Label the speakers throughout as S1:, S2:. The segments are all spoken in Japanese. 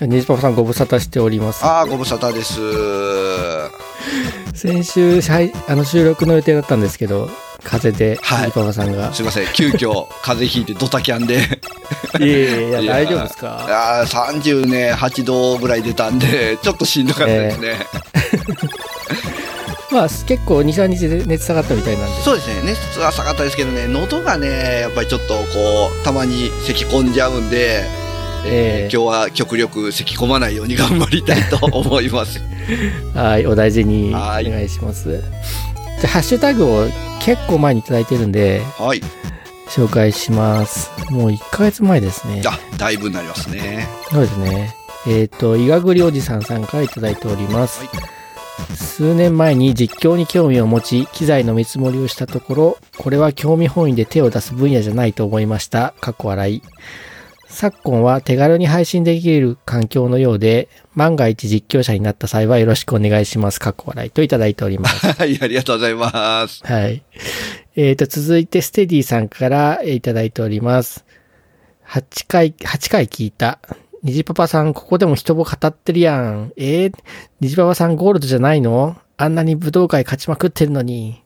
S1: ニジパパさんご無沙汰しております。
S2: ああ、ご無沙汰です。
S1: 先週、はい、あの収録の予定だったんですけど、風邪で、
S2: は
S1: ニ
S2: い
S1: ジパパさんが。
S2: すいません、急遽、風邪ひいてドタキャンで。
S1: いやいやい
S2: い
S1: や、
S2: や
S1: 大丈夫ですか
S2: ああ、30ね、8度ぐらい出たんで、ちょっとしんどかったですね。
S1: まあ、結構2、3日で熱下がったみたいなんで。
S2: そうですね、熱は下がったですけどね、喉がね、やっぱりちょっとこう、たまに咳込んじゃうんで、
S1: ええ
S2: えー今日は極力咳込まないように頑張りたいと思い ます。
S1: はい、お大事にお
S2: はい
S1: 願いします。じゃあハッシュタグを結構前にいただいてるんで、
S2: はい。
S1: 紹介します。もう1ヶ月前ですね。
S2: あ、だいぶになりますね。
S1: そうですね。えっ、と、いがぐりおじさんさんからいただいております。
S2: はい
S1: 数年前に実況に興味を持ち、機材の見積もりをしたところ、これは興味本位で手を出す分野じゃないと思いました。過去笑い。昨今は手軽に配信できる環境のようで、万が一実況者になった際はよろしくお願いします。過去笑いといただいております。
S2: はい、ありがとうございます。
S1: はい。えー、と、続いて、ステディさんからえーいただいております。8回、8回聞いた。ニジパパさん、ここでも人を語ってるやん。えー、ニジパパさんゴールドじゃないのあんなに武道会勝ちまくってるのに。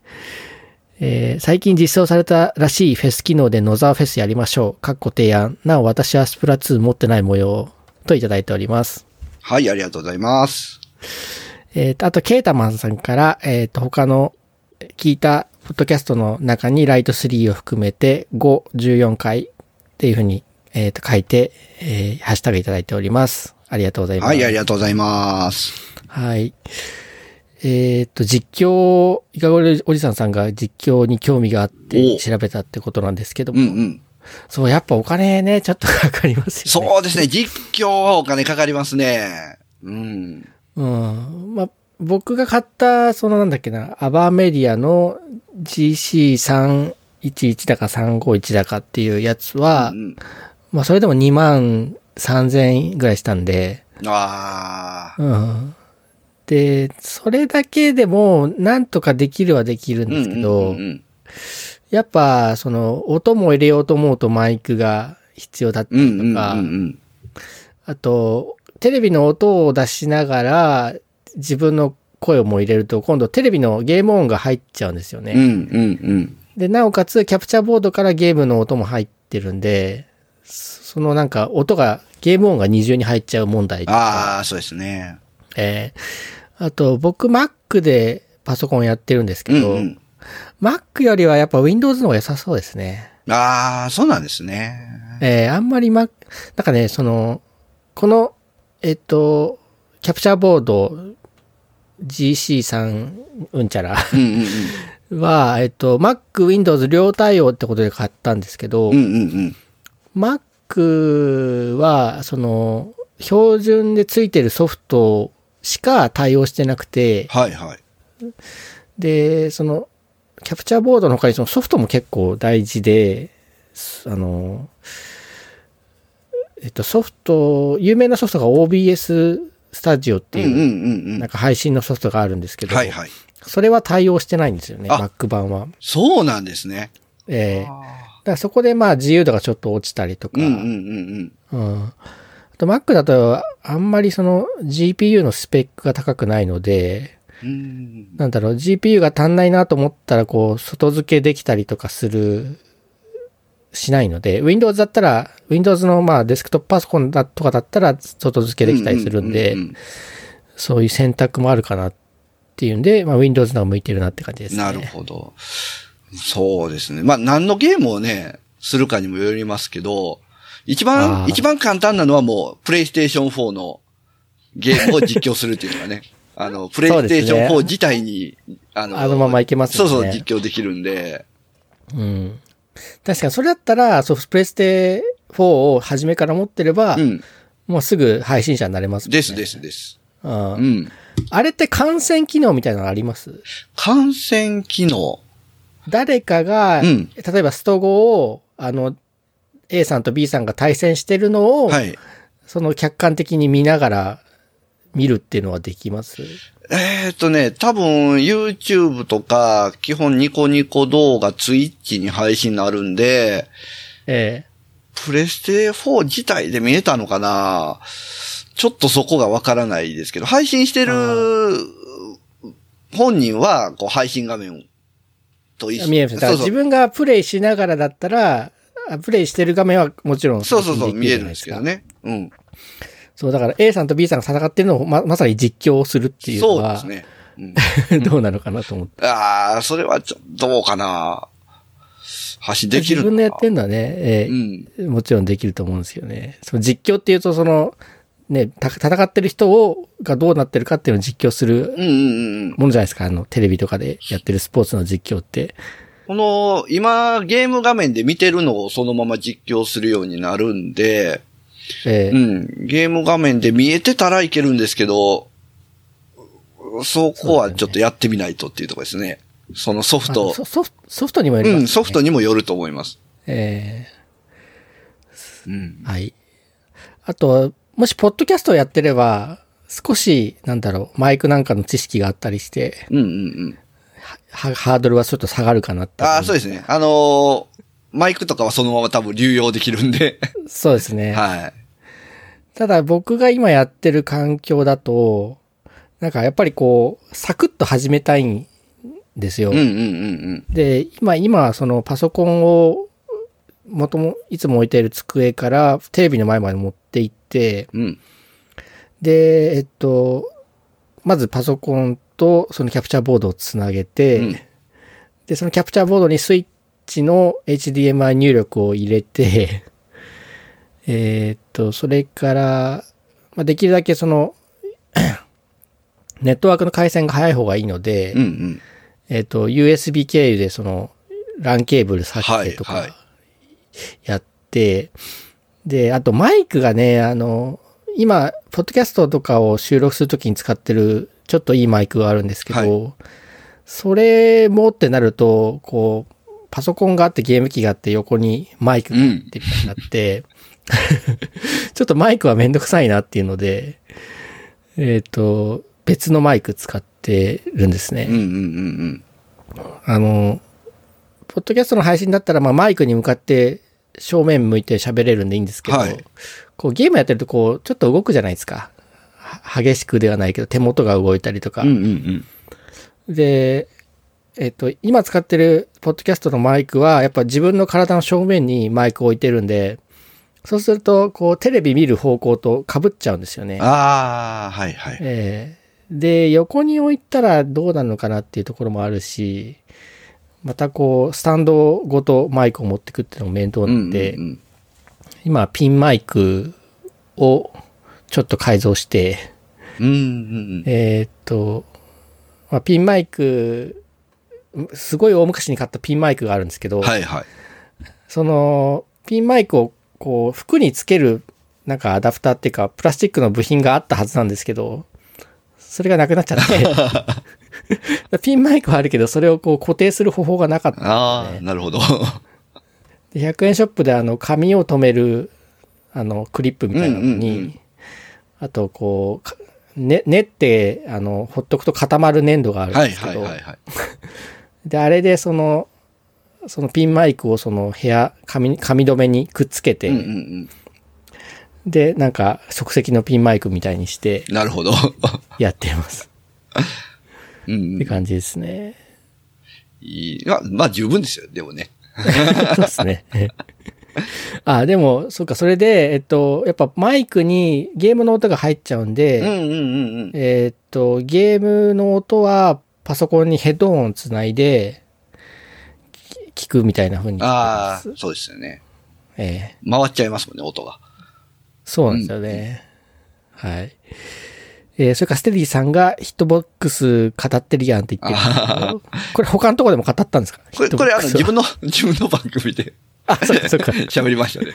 S1: えー最近実装されたらしいフェス機能で野沢フェスやりましょう。かっこ提案。なお私はスプラ2持ってない模様。といただいております。
S2: はい、ありがとうございます。
S1: えーと、あと、ケータマンさんから、えっ、と、他の聞いたポッドキャストの中にライト3を含めて5、14回っていうふうに、えーと、書いて、えーハッシュタグいただいております。ありがとうございます。
S2: はい、ありがとうございます。
S1: はい。えっ、と、実況、いかごりおじさんさんが実況に興味があって
S2: お
S1: 調べたってことなんですけど
S2: うん
S1: も、
S2: うん。
S1: そう、やっぱお金ね、ちょっとかかりますよね。
S2: そうですね、実況はお金かかりますね。うん。
S1: うん。まあ、僕が買った、そのなんだっけな、アバーメディアの GC311 だか351だかっていうやつは、
S2: うん、
S1: まあ、それでも2万3000円ぐらいしたんで、
S2: ああ。
S1: うん。で、それだけでも、なんとかできるはできるんですけど、
S2: うんうんうん
S1: やっぱ、その、音も入れようと思うとマイクが必要だった
S2: う
S1: りと
S2: んうんうん
S1: か、
S2: うん
S1: あと、テレビの音を出しながら、自分の声も入れると、今度テレビのゲーム音が入っちゃうんですよ
S2: うんう
S1: ね。
S2: んうん
S1: で、なおかつ、キャプチャーボードからゲームの音も入ってるんで、そそのなんか音が、ゲーム音が二重に入っちゃう問題とか、
S2: ああ、そうですね。
S1: えーあと、僕、Mac でパソコンやってるんです
S2: う
S1: け
S2: ん
S1: ど、
S2: うん。
S1: Mac よりはやっぱ Windows の方が良さそうですね。
S2: ああ、そうなんですね。
S1: えーあんまりま、なんかね、その、この、えっと、キャプチャーボード GC3 うんちゃら
S2: うんうん
S1: は、えっと、Mac、Windows 両対応ってことで買ったんですけど、
S2: うん。うんうん
S1: Mac は、その、標準でついてるソフトしか対応してなくて、
S2: はいはい。
S1: で、その、キャプチャーボードの他にそのソフトも結構大事で、すあの、えっと、ソフト、有名なソフトが OBS スタジオって
S2: うん
S1: い
S2: うん
S1: う、
S2: うんう
S1: なん
S2: ん。
S1: か配信のソフトがあるんですけど、
S2: はいはい。
S1: それは対応してないんですよね、
S2: あ
S1: Mac 版は。
S2: そうなんですね。
S1: ええだか
S2: あ
S1: らそこでまあ自由度がちょっと落ちたりと
S2: ーう
S1: か、
S2: んうんうん
S1: うんあと Mac だとあんまりその GPU のスペックが高くないので、
S2: うんうん。
S1: なんだろう、GPU が足んないなと思ったら、こう、外付けできたりとかする、しないので、Windows だったら、Windows のまあデスクトップパソコンだとかだったら、外付けできたりするんで
S2: うう、う
S1: そういう選択もあるかなっていうんで、まあ Windows の方が向いてるなって感じですね。
S2: なるほど。そうですね。まあ、何のゲームをね、するかにもよりますけど、
S1: あ
S2: 一番、
S1: ー
S2: 一番簡単なのはもう、プレイステーション4のゲームを実況するっていうの がね、あの、プレイステーション4自体に、あの
S1: あのままいけますよね
S2: そうそう、実況できるんで、
S1: うん。確かにそれだったら、そう、プレステ4を初めから持ってれば、
S2: うん。
S1: もうすぐ配信者になれますもんね。
S2: ですですです。
S1: う。
S2: うんん。
S1: あれって感染機能みたいなのあります
S2: 感染機能。
S1: 誰かが、
S2: うん
S1: 例えばスト5を、あの、A さんと B さんが対戦してるのを、
S2: はい。
S1: その客観的に見ながら見るっていうのはできます
S2: えーっとね、多分 YouTube とか、基本ニコニコ動画、Twitch に配信になるんで、
S1: え
S2: プレステ4自体で見えたのかなちょっとそこがわからないですけど、配信してる本人は、こう配信画面と一緒
S1: 見えますだから
S2: そうそう
S1: 自分がプレイしながらだったら、あプレイしてる画面はもちろん
S2: そうそうそ
S1: 配
S2: う、
S1: 信
S2: 見
S1: き
S2: え
S1: じゃ
S2: るん
S1: ない
S2: です
S1: か
S2: すけど。ね。うん。
S1: そう、だから A さんと B さんが戦ってるのをままさに実況するっていうの
S2: そうで
S1: は、
S2: すね。う ん、
S1: どうなのかなと思って。
S2: ああ、それはちょ、どうかな橋でき
S1: 自分
S2: るのか
S1: のやってるのはね、え
S2: うん。
S1: ーもちろんできると思うんですよね。その実況っていうと、その、ね、た戦ってる人を、がどうなってるかっていうのを実況する
S2: うんうんうん。
S1: ものじゃないですか。あの、テレビとかでやってるスポーツの実況って。
S2: この、今、ゲーム画面で見てるのをそのまま実況するようになるんで、
S1: えー
S2: うん、ゲーム画面で見えてたらいけるんですけど、そこはちょっとやってみないとっていうところですね。そのソフ
S1: あ
S2: ト、
S1: ソソフト、ソフトにもより
S2: う
S1: ます、ね。
S2: ん、ソフトにもよると思います。
S1: え
S2: うん
S1: ー。はい。あと、もし、ポッドキャストをやってれば、少し、なんだろう、マイクなんかの知識があったりして、
S2: うんうんうん。
S1: はハードルはちょっと下がるかなって。
S2: ああ、そうですね。あのーマイクとかはそのまま多分流用できるんで。
S1: そうですね。
S2: はい。
S1: ただ僕が今やってる環境だと、なんかやっぱりこう、サクッと始めたいんですよ。
S2: うんうんうん
S1: で、今、今、そのパソコンを、もとも、いつも置いている机からテレビの前まで持って行って、
S2: うん。うん。
S1: で、えっと、まずパソコンとそのキャプチャーボードをつなげて、
S2: うん
S1: で、そのキャプチャーボードにスイッチの HDMI 入力を入れて、 えーっと、それから、まあ、できるだけその、 ネットワークの回線が早い方がいいので、
S2: うんうん。
S1: えーっと、USB 経由でその、LAN ケーブル挿してと
S2: はいは
S1: か
S2: い、
S1: やって、で、あとマイクがね、あの、今、ポッドキャストとかを収録するときに使ってる、ちょっといいマイクがあるんですけど、
S2: は
S1: それもってなると、こう、パソコンがあってゲーム機があって横にマイクがあってみたいになって、 ちょっとマイクはめんどくさいなっていうので、えっ、と、別のマイク使ってるんですね。
S2: うんうんうん
S1: あの、ポッドキャストの配信だったら、まあ、マイクに向かって正面向いて喋れるんでいいんですけど、
S2: はい
S1: こうゲームやってるとこう、ちょっと動くじゃないですか。は激しくではないけど、手元が動いたりとか。
S2: うん。うんうん
S1: で、えっと、今使ってるポッドキャストのマイクは、やっぱ自分の体の正面にマイクを置いてるんで、そうすると、こう、テレビ見る方向と被っちゃうんですよね
S2: うん。。ああ、はいはい。
S1: ええで、横に置いたらどうなるのかなっていうところもあるし、またこう、スタンドごとマイクを持ってくっていうのも面倒
S2: う
S1: なん
S2: うんん
S1: で、
S2: うん。
S1: 今ピンマイクをちょっと改造して、
S2: うんうん
S1: えーっと、まあ、ピンマイク、すごい大昔に買ったピンマイクがあるんですけ
S2: う
S1: ど、
S2: ん。はいはい。
S1: その、ピンマイクをこう、服につける、なんかアダプターっていうか、プラスチックの部品があったはずなんですけど、それがなくなっちゃっ て。ピンマイクはあるけど、それをこう固定する方法がなかった。
S2: ああ、なるほど。
S1: で100円ショップであの、紙を留める、あの、クリップみたいなのに、
S2: うんうんうん
S1: あとこう、かね、練って、あの、ほっとくと固まる粘土があるん
S2: は
S1: で
S2: い
S1: すけ
S2: はい
S1: ど、
S2: はいはい。
S1: で、あれでその、そのピンマイクをその部屋、紙、紙留めにくっつけて、
S2: うんうんうん。
S1: で、なんか、即席のピンマイクみたいにして
S2: なるほど。
S1: やってます。
S2: うん
S1: っ
S2: う
S1: て
S2: ん。
S1: 感じですね。
S2: いい。まあ、まあ十分ですよ、でもね。
S1: そうですね。 あ、でも、そうか、それで、えっと、やっぱマイクにゲームの音が入っちゃうん
S2: うん
S1: で、
S2: うんうんうん。
S1: えっと、ゲームの音はパソコンにヘッドホンをつないで、き聞くみたいな風にしてま
S2: ああ
S1: す。、
S2: そうですよね。
S1: ええ
S2: 回っちゃいますもんね、音が。
S1: そうなんですよね。はい。えーそれからステディさんがヒットボックス語ってるやんって言ってるんですけど。これ他のところでも語ったんですか
S2: これ、これあの、
S1: ヒットボック
S2: 自分の、 自分の番組で
S1: スはあ、そうかそうか。
S2: 喋りましたね。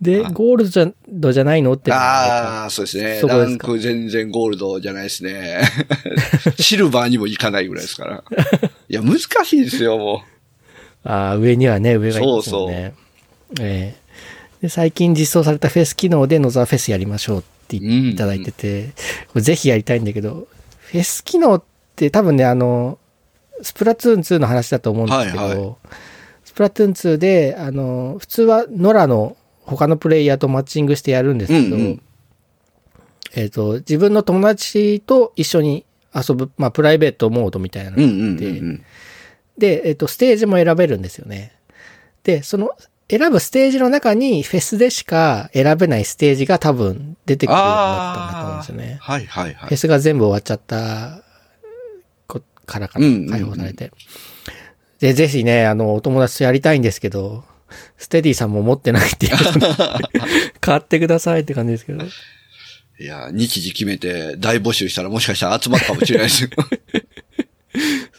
S1: で、ゴールドじゃドじゃないのって。
S2: ああ、そうですね
S1: そこ
S2: ラ
S1: です
S2: ン
S1: か
S2: ク全然ゴールドじゃないですね。 シルバーにもいかないぐらいですから。いや、難しいですよ、も
S1: あー上にはね、上がいますもんね。えーで最近実装されたフェス機能でノザーフェスやりましょうって
S2: う。う
S1: 言って
S2: ん。
S1: いただいてて、これぜひやりたいんだけど、フェス機能って多分ね、あの、スプラトゥーン2の話だと思うんですけど、
S2: はいは
S1: ススプラトゥーン2で、あの、普通はノラの他のプレイヤーとマッチングしてやるんです
S2: うん
S1: けど、
S2: うん。
S1: えっ、と、自分の友達と一緒に遊ぶ、まあ、プライベートモードみたいなの
S2: う
S1: があ
S2: ん
S1: っ
S2: う
S1: て、
S2: んうん
S1: で、えっ、と、ステージも選べるんですよね。で、その、選ぶステージの中にフェスでしか選べないステージが多分出てくるようになったんだと思うんですよ
S2: うん。
S1: ね。
S2: はいはいは
S1: フェ
S2: い。
S1: スが全部終わっちゃったこからか
S2: うんうんう
S1: な、
S2: ん
S1: 解放されて。で、ぜひね、あの、お友達とやりたいんですけど、ステディさんも持ってないっていう ことで買ってくださいって感じですけど。
S2: いや、日時決めて大募集したらもしかしたら集まるかもしれないですよ。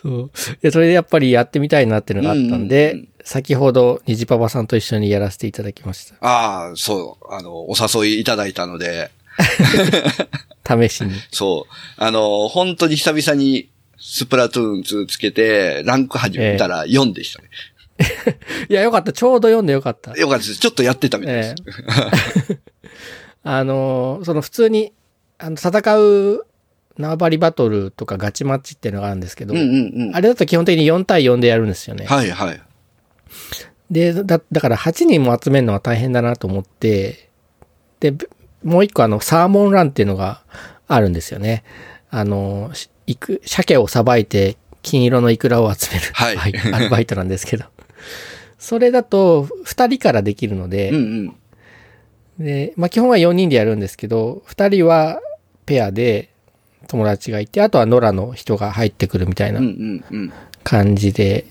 S1: そう。で、それでやっぱりやってみたいなっていうのがあったんで、
S2: うんうん
S1: 先ほど、虹パパさんと一緒にやらせていただきました。
S2: ああ、そう、あの、お誘いいただいたので、
S1: 試しに。
S2: そう、あの、本当に久々にスプラトゥーン2つけて、ランク始めたら4でしたね。
S1: いや、よかった。ちょうど読んでよかった。
S2: よかったです。ちょっとやってたみたいです。
S1: あの、その普通に、あの、戦う縄張りバトルとかガチマッチっていうのがあるんですけど、
S2: うんうんうん。
S1: あれだと基本的に4対4でやるんですよね。
S2: はいはい。
S1: で、だ、だから8人も集めるのは大変だなと思って、で、ぶもう一個あの、サーモンランっていうのがあるんですよね。あの、しいく、鮭をさばいて金色のイクラを集める、
S2: はい
S1: アルバイトなんですけど。それだと2人からできるの
S2: うんう
S1: で、
S2: ん。
S1: で、まあ基本は4人でやるんですけど、2人はペアで友達がいて、あとは野良の人が入ってくるみたいな
S2: うんうんうん。い
S1: 感じで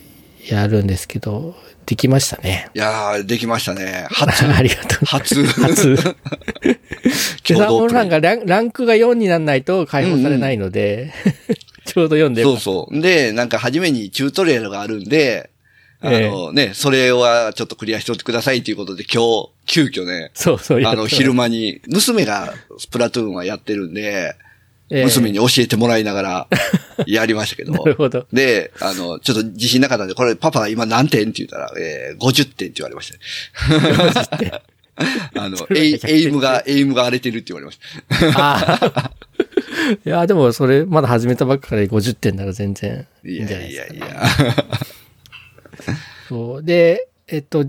S1: やるんですけど、できましたね。
S2: やー、できましたね。初、
S1: ありがとう。
S2: 初、
S1: 初。 で、
S2: 共
S1: サー
S2: 同
S1: モン
S2: プ
S1: ラ
S2: レ
S1: ン
S2: イ
S1: がランランクが4にならないと解放されないので、 ちょうど4で。
S2: そうそう。で、なんか初めにチュートリアルがあるんで、あの、
S1: え
S2: ね、それはちょっとクリアしておいてくださいということで今日、急遽ね、
S1: そうそう。
S2: あの、昼
S1: 間、
S2: 間に、娘がスプラトゥーンはやってるんで、
S1: ええ
S2: 娘に教えてもらいな がら、やりましたけど
S1: な。るほ ど。
S2: で、あの、ちょっと自信なかったんで、これパパ今何点って言ったら、えー、50点って言われましたね。 あの、
S1: れは100
S2: エイエイムが、エイムが荒れてるって言われました。
S1: あー いや、でもそれ、まだ始めたばっかりで50点なら全然い
S2: い
S1: いんじゃ
S2: や
S1: ない
S2: い
S1: です
S2: や
S1: か、
S2: い
S1: ね。
S2: や。
S1: そう。で、えっと、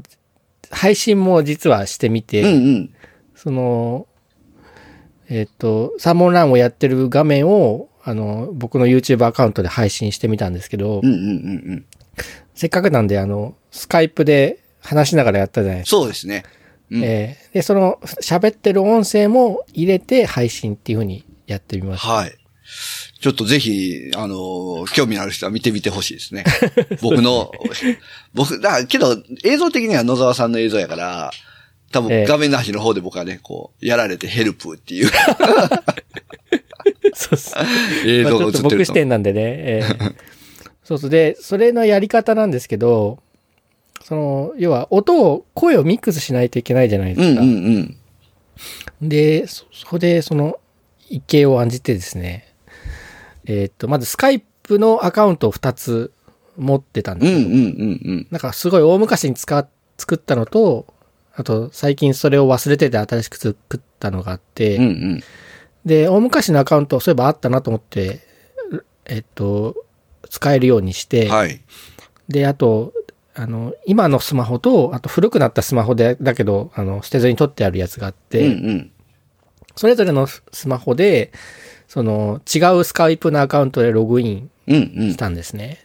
S1: 配信も実はしてみて、
S2: うんうん。
S1: その、えっと、サーモンランをやってる画面を、あの、僕の YouTube アカウントで配信してみたんですけど、
S2: うんうんうんうん。
S1: せっかくなんで、あの、スカイプで話しながらやったじゃないですか。
S2: そうですね。うん
S1: えーで、その、喋ってる音声も入れて配信っていう風にやってみま し
S2: はい。ちょっとぜひ、あのー興味のある人は見てみてほしいですね。 僕の、僕、だけど、映像的には野沢さんの映像やから、多
S1: ええ
S2: 分画面の端の方で僕はね、こう、やられてヘルプって いう
S1: た。そうっす。
S2: 映
S1: まあ
S2: 像
S1: ち
S2: が映
S1: ょ
S2: っ
S1: っと
S2: て
S1: 僕
S2: る
S1: 視
S2: と。
S1: 点なんでね。 えーそうそう。で、それのやり方なんですけど、その、要は音を、声をミックスしないといけないじゃないで
S2: うん
S1: す
S2: うん
S1: か。
S2: うん。
S1: で、そそこで、その、一計を案じてですね、えーっと、まずスカイプのアカウントを2つ持ってたんで
S2: うんう
S1: す
S2: ん
S1: けど、
S2: うんうん。
S1: なんかすごい大昔に使っ作ったのと、あと最近それを忘れてて新しく作ったのがあって、
S2: うんうん。
S1: で、大昔のアカウントそういえばあったなと思って、えっと、使えるようにして、
S2: はい。
S1: で、あと、あの、今のスマホと、あと古くなったスマホで、だけど、あの、捨てずに取ってあるやつがあっ
S2: う
S1: て、
S2: ん
S1: それぞれのスマホで、その、違うスカイプのアカウントでログイン
S2: うん。うんうん
S1: し。たんですね。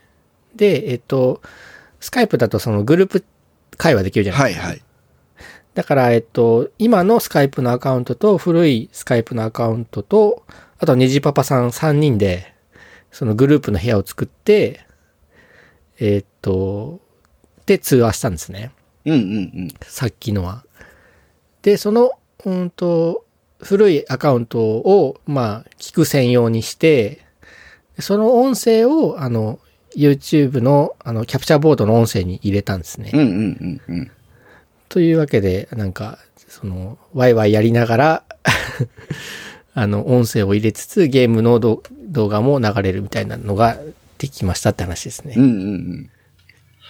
S1: で、えっと、スカイプだとそのグループ会話できるじゃないですか
S2: はいはい。
S1: だから、えっと、今のスカイプのアカウントと、古いスカイプのアカウントと、あと、ネジパパさん3人で、そのグループの部屋を作って、えっと、で、通話したんですね。
S2: うんうん
S1: さっきのは。で、その、うんと、古いアカウントを、まあ、聞く専用にして、その音声を、あの、YouTube の、あの、キャプチャーボードの音声に入れたんですね。
S2: うん。うんうんうんうん。
S1: というわけで、なんか、その、ワイワイやりながら、 あの、音声を入れつつ、ゲームのど動画も流れるみたいなのができましたって話です
S2: う
S1: ね。
S2: んうんうん。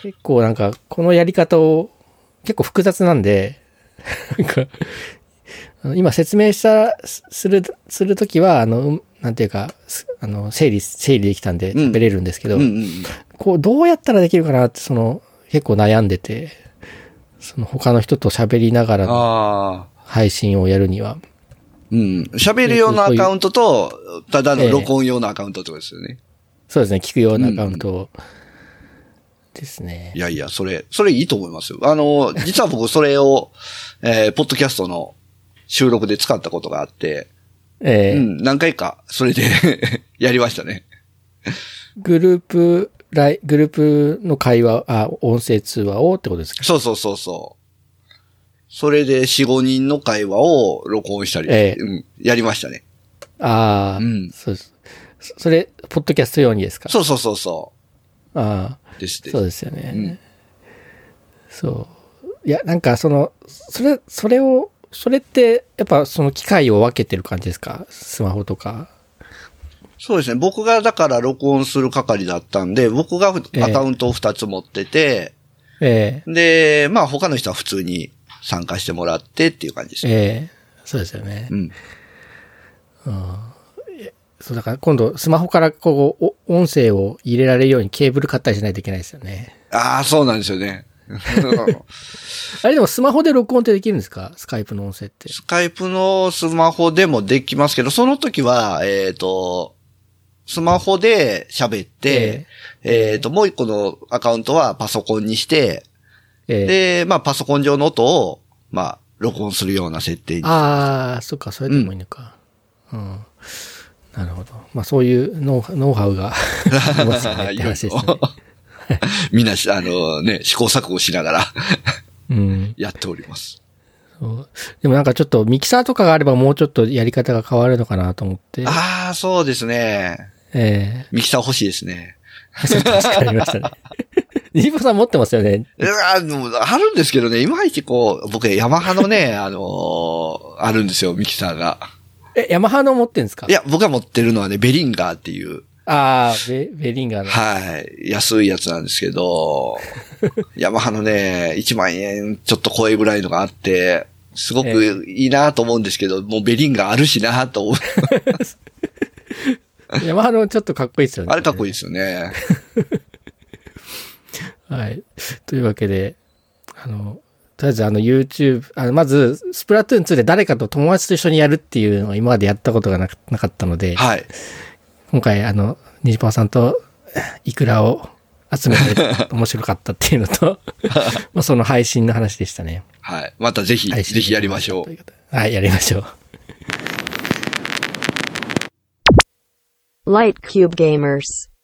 S1: 結構なんか、このやり方を、結構複雑なんで、 なんか、あの今説明した、すする、するときは、あの、うんなんていうか、すあの、整理、整理できたんで
S2: うん
S1: 喋れるんですけど、
S2: うんうんうん。
S1: こう、どうやったらできるかなって、その、結構悩んでて、その他の人と喋りながらの
S2: ああ。
S1: 配信をやるには。
S2: うん。喋る用のアカウントと、ただの録音用のアカウントってことですよね。
S1: そうですね、聞くようなアカウントをですね
S2: い。やいや、それ、それいいと思いますよ。あ の、実は僕それを、えー、ポッドキャストの収録で使ったことがあって、
S1: えー
S2: うん、何回か、それで、 やりましたね。
S1: グループ、ライグループの会話、あ、音声通話をってことですか
S2: そうそうそうそう。それで4、5人の会話を録音したり、
S1: ええ
S2: うん、やりましたね。
S1: ああ、
S2: うん
S1: そうです。そそれ、ポッドキャスト用にですか
S2: そうそうそうそ
S1: ああ、
S2: う。ですです
S1: そうですよね。
S2: うん
S1: そう。いや、なんかその、それ、それを、それって、やっぱその機械を分けてる感じですかスマホとか。
S2: そうですね。僕がだから録音する係だったんで、僕がふ
S1: ええ
S2: アカウントを2つ持ってて、
S1: え
S2: で、まあ他の人は普通に参加してもらってっていう感じです
S1: え
S2: ね。
S1: ええそうですよね。
S2: うん。
S1: そう、だから今度、スマホからこう、お音声を入れられるようにケーブル買ったりしないといけないですよね。
S2: ああ、そうなんですよ ね。
S1: あれでもスマホで録音ってできるんですかスカイプの音声って。
S2: スカイプのスマホでもできますけど、その時は、えっ、と、スマホで喋って、えっ、と、もう一個のアカウントはパソコンにして、
S1: ええ
S2: で、まあパソコン上の音を、まあ、録音するような設定に。
S1: ああ、そっか、それでもいいのか。うん。なるほど。まあそういうノウノウハウが ありますよねって話 ですね。
S2: みんなし、あのね、試行錯誤しながら
S1: うん。
S2: やっております。
S1: そうでもなんかちょっとミキサーとかがあればもうちょっとやり方が変わるのかなと思って。
S2: ああ、そうですね。
S1: え
S2: ミキサー欲しいですね。
S1: え ちょっと助かりましたね。ニーボさん持ってますよね。
S2: うわでもあるんですけどね、いまいちこう、僕、ヤマハのね、あのーあるんですよ、ミキサーが。
S1: え、ヤマハの持ってんですか
S2: いや、僕が持ってるのはね、ベリンガーっていう、
S1: ああ、ベベリンガーの。
S2: はい、安いやつなんですけ ど、ヤマハのね、1万円ちょっと超えぐらいのがあって、すごくいいなと思うんですけど、もうベリンガーあるしな と思う。
S1: ヤマハのちょっとかっこいいですよね。
S2: あれかっこいいですよね。
S1: はい。というわけで、あの、とりあえずあの YouTube、あの、まず、スプラトゥーン2で誰かと友達と一緒にやるっていうのを今までやったことがなかなかったので、
S2: はい。
S1: 今回あの、ニジパワさんとイクラを集め て面白かったっていうのと、まあその配信の話でしたね。
S2: はい。またぜひ、ぜ
S1: 配信
S2: ひやりましょう。
S1: はい、やりましょう。
S3: Light Cube Gamers.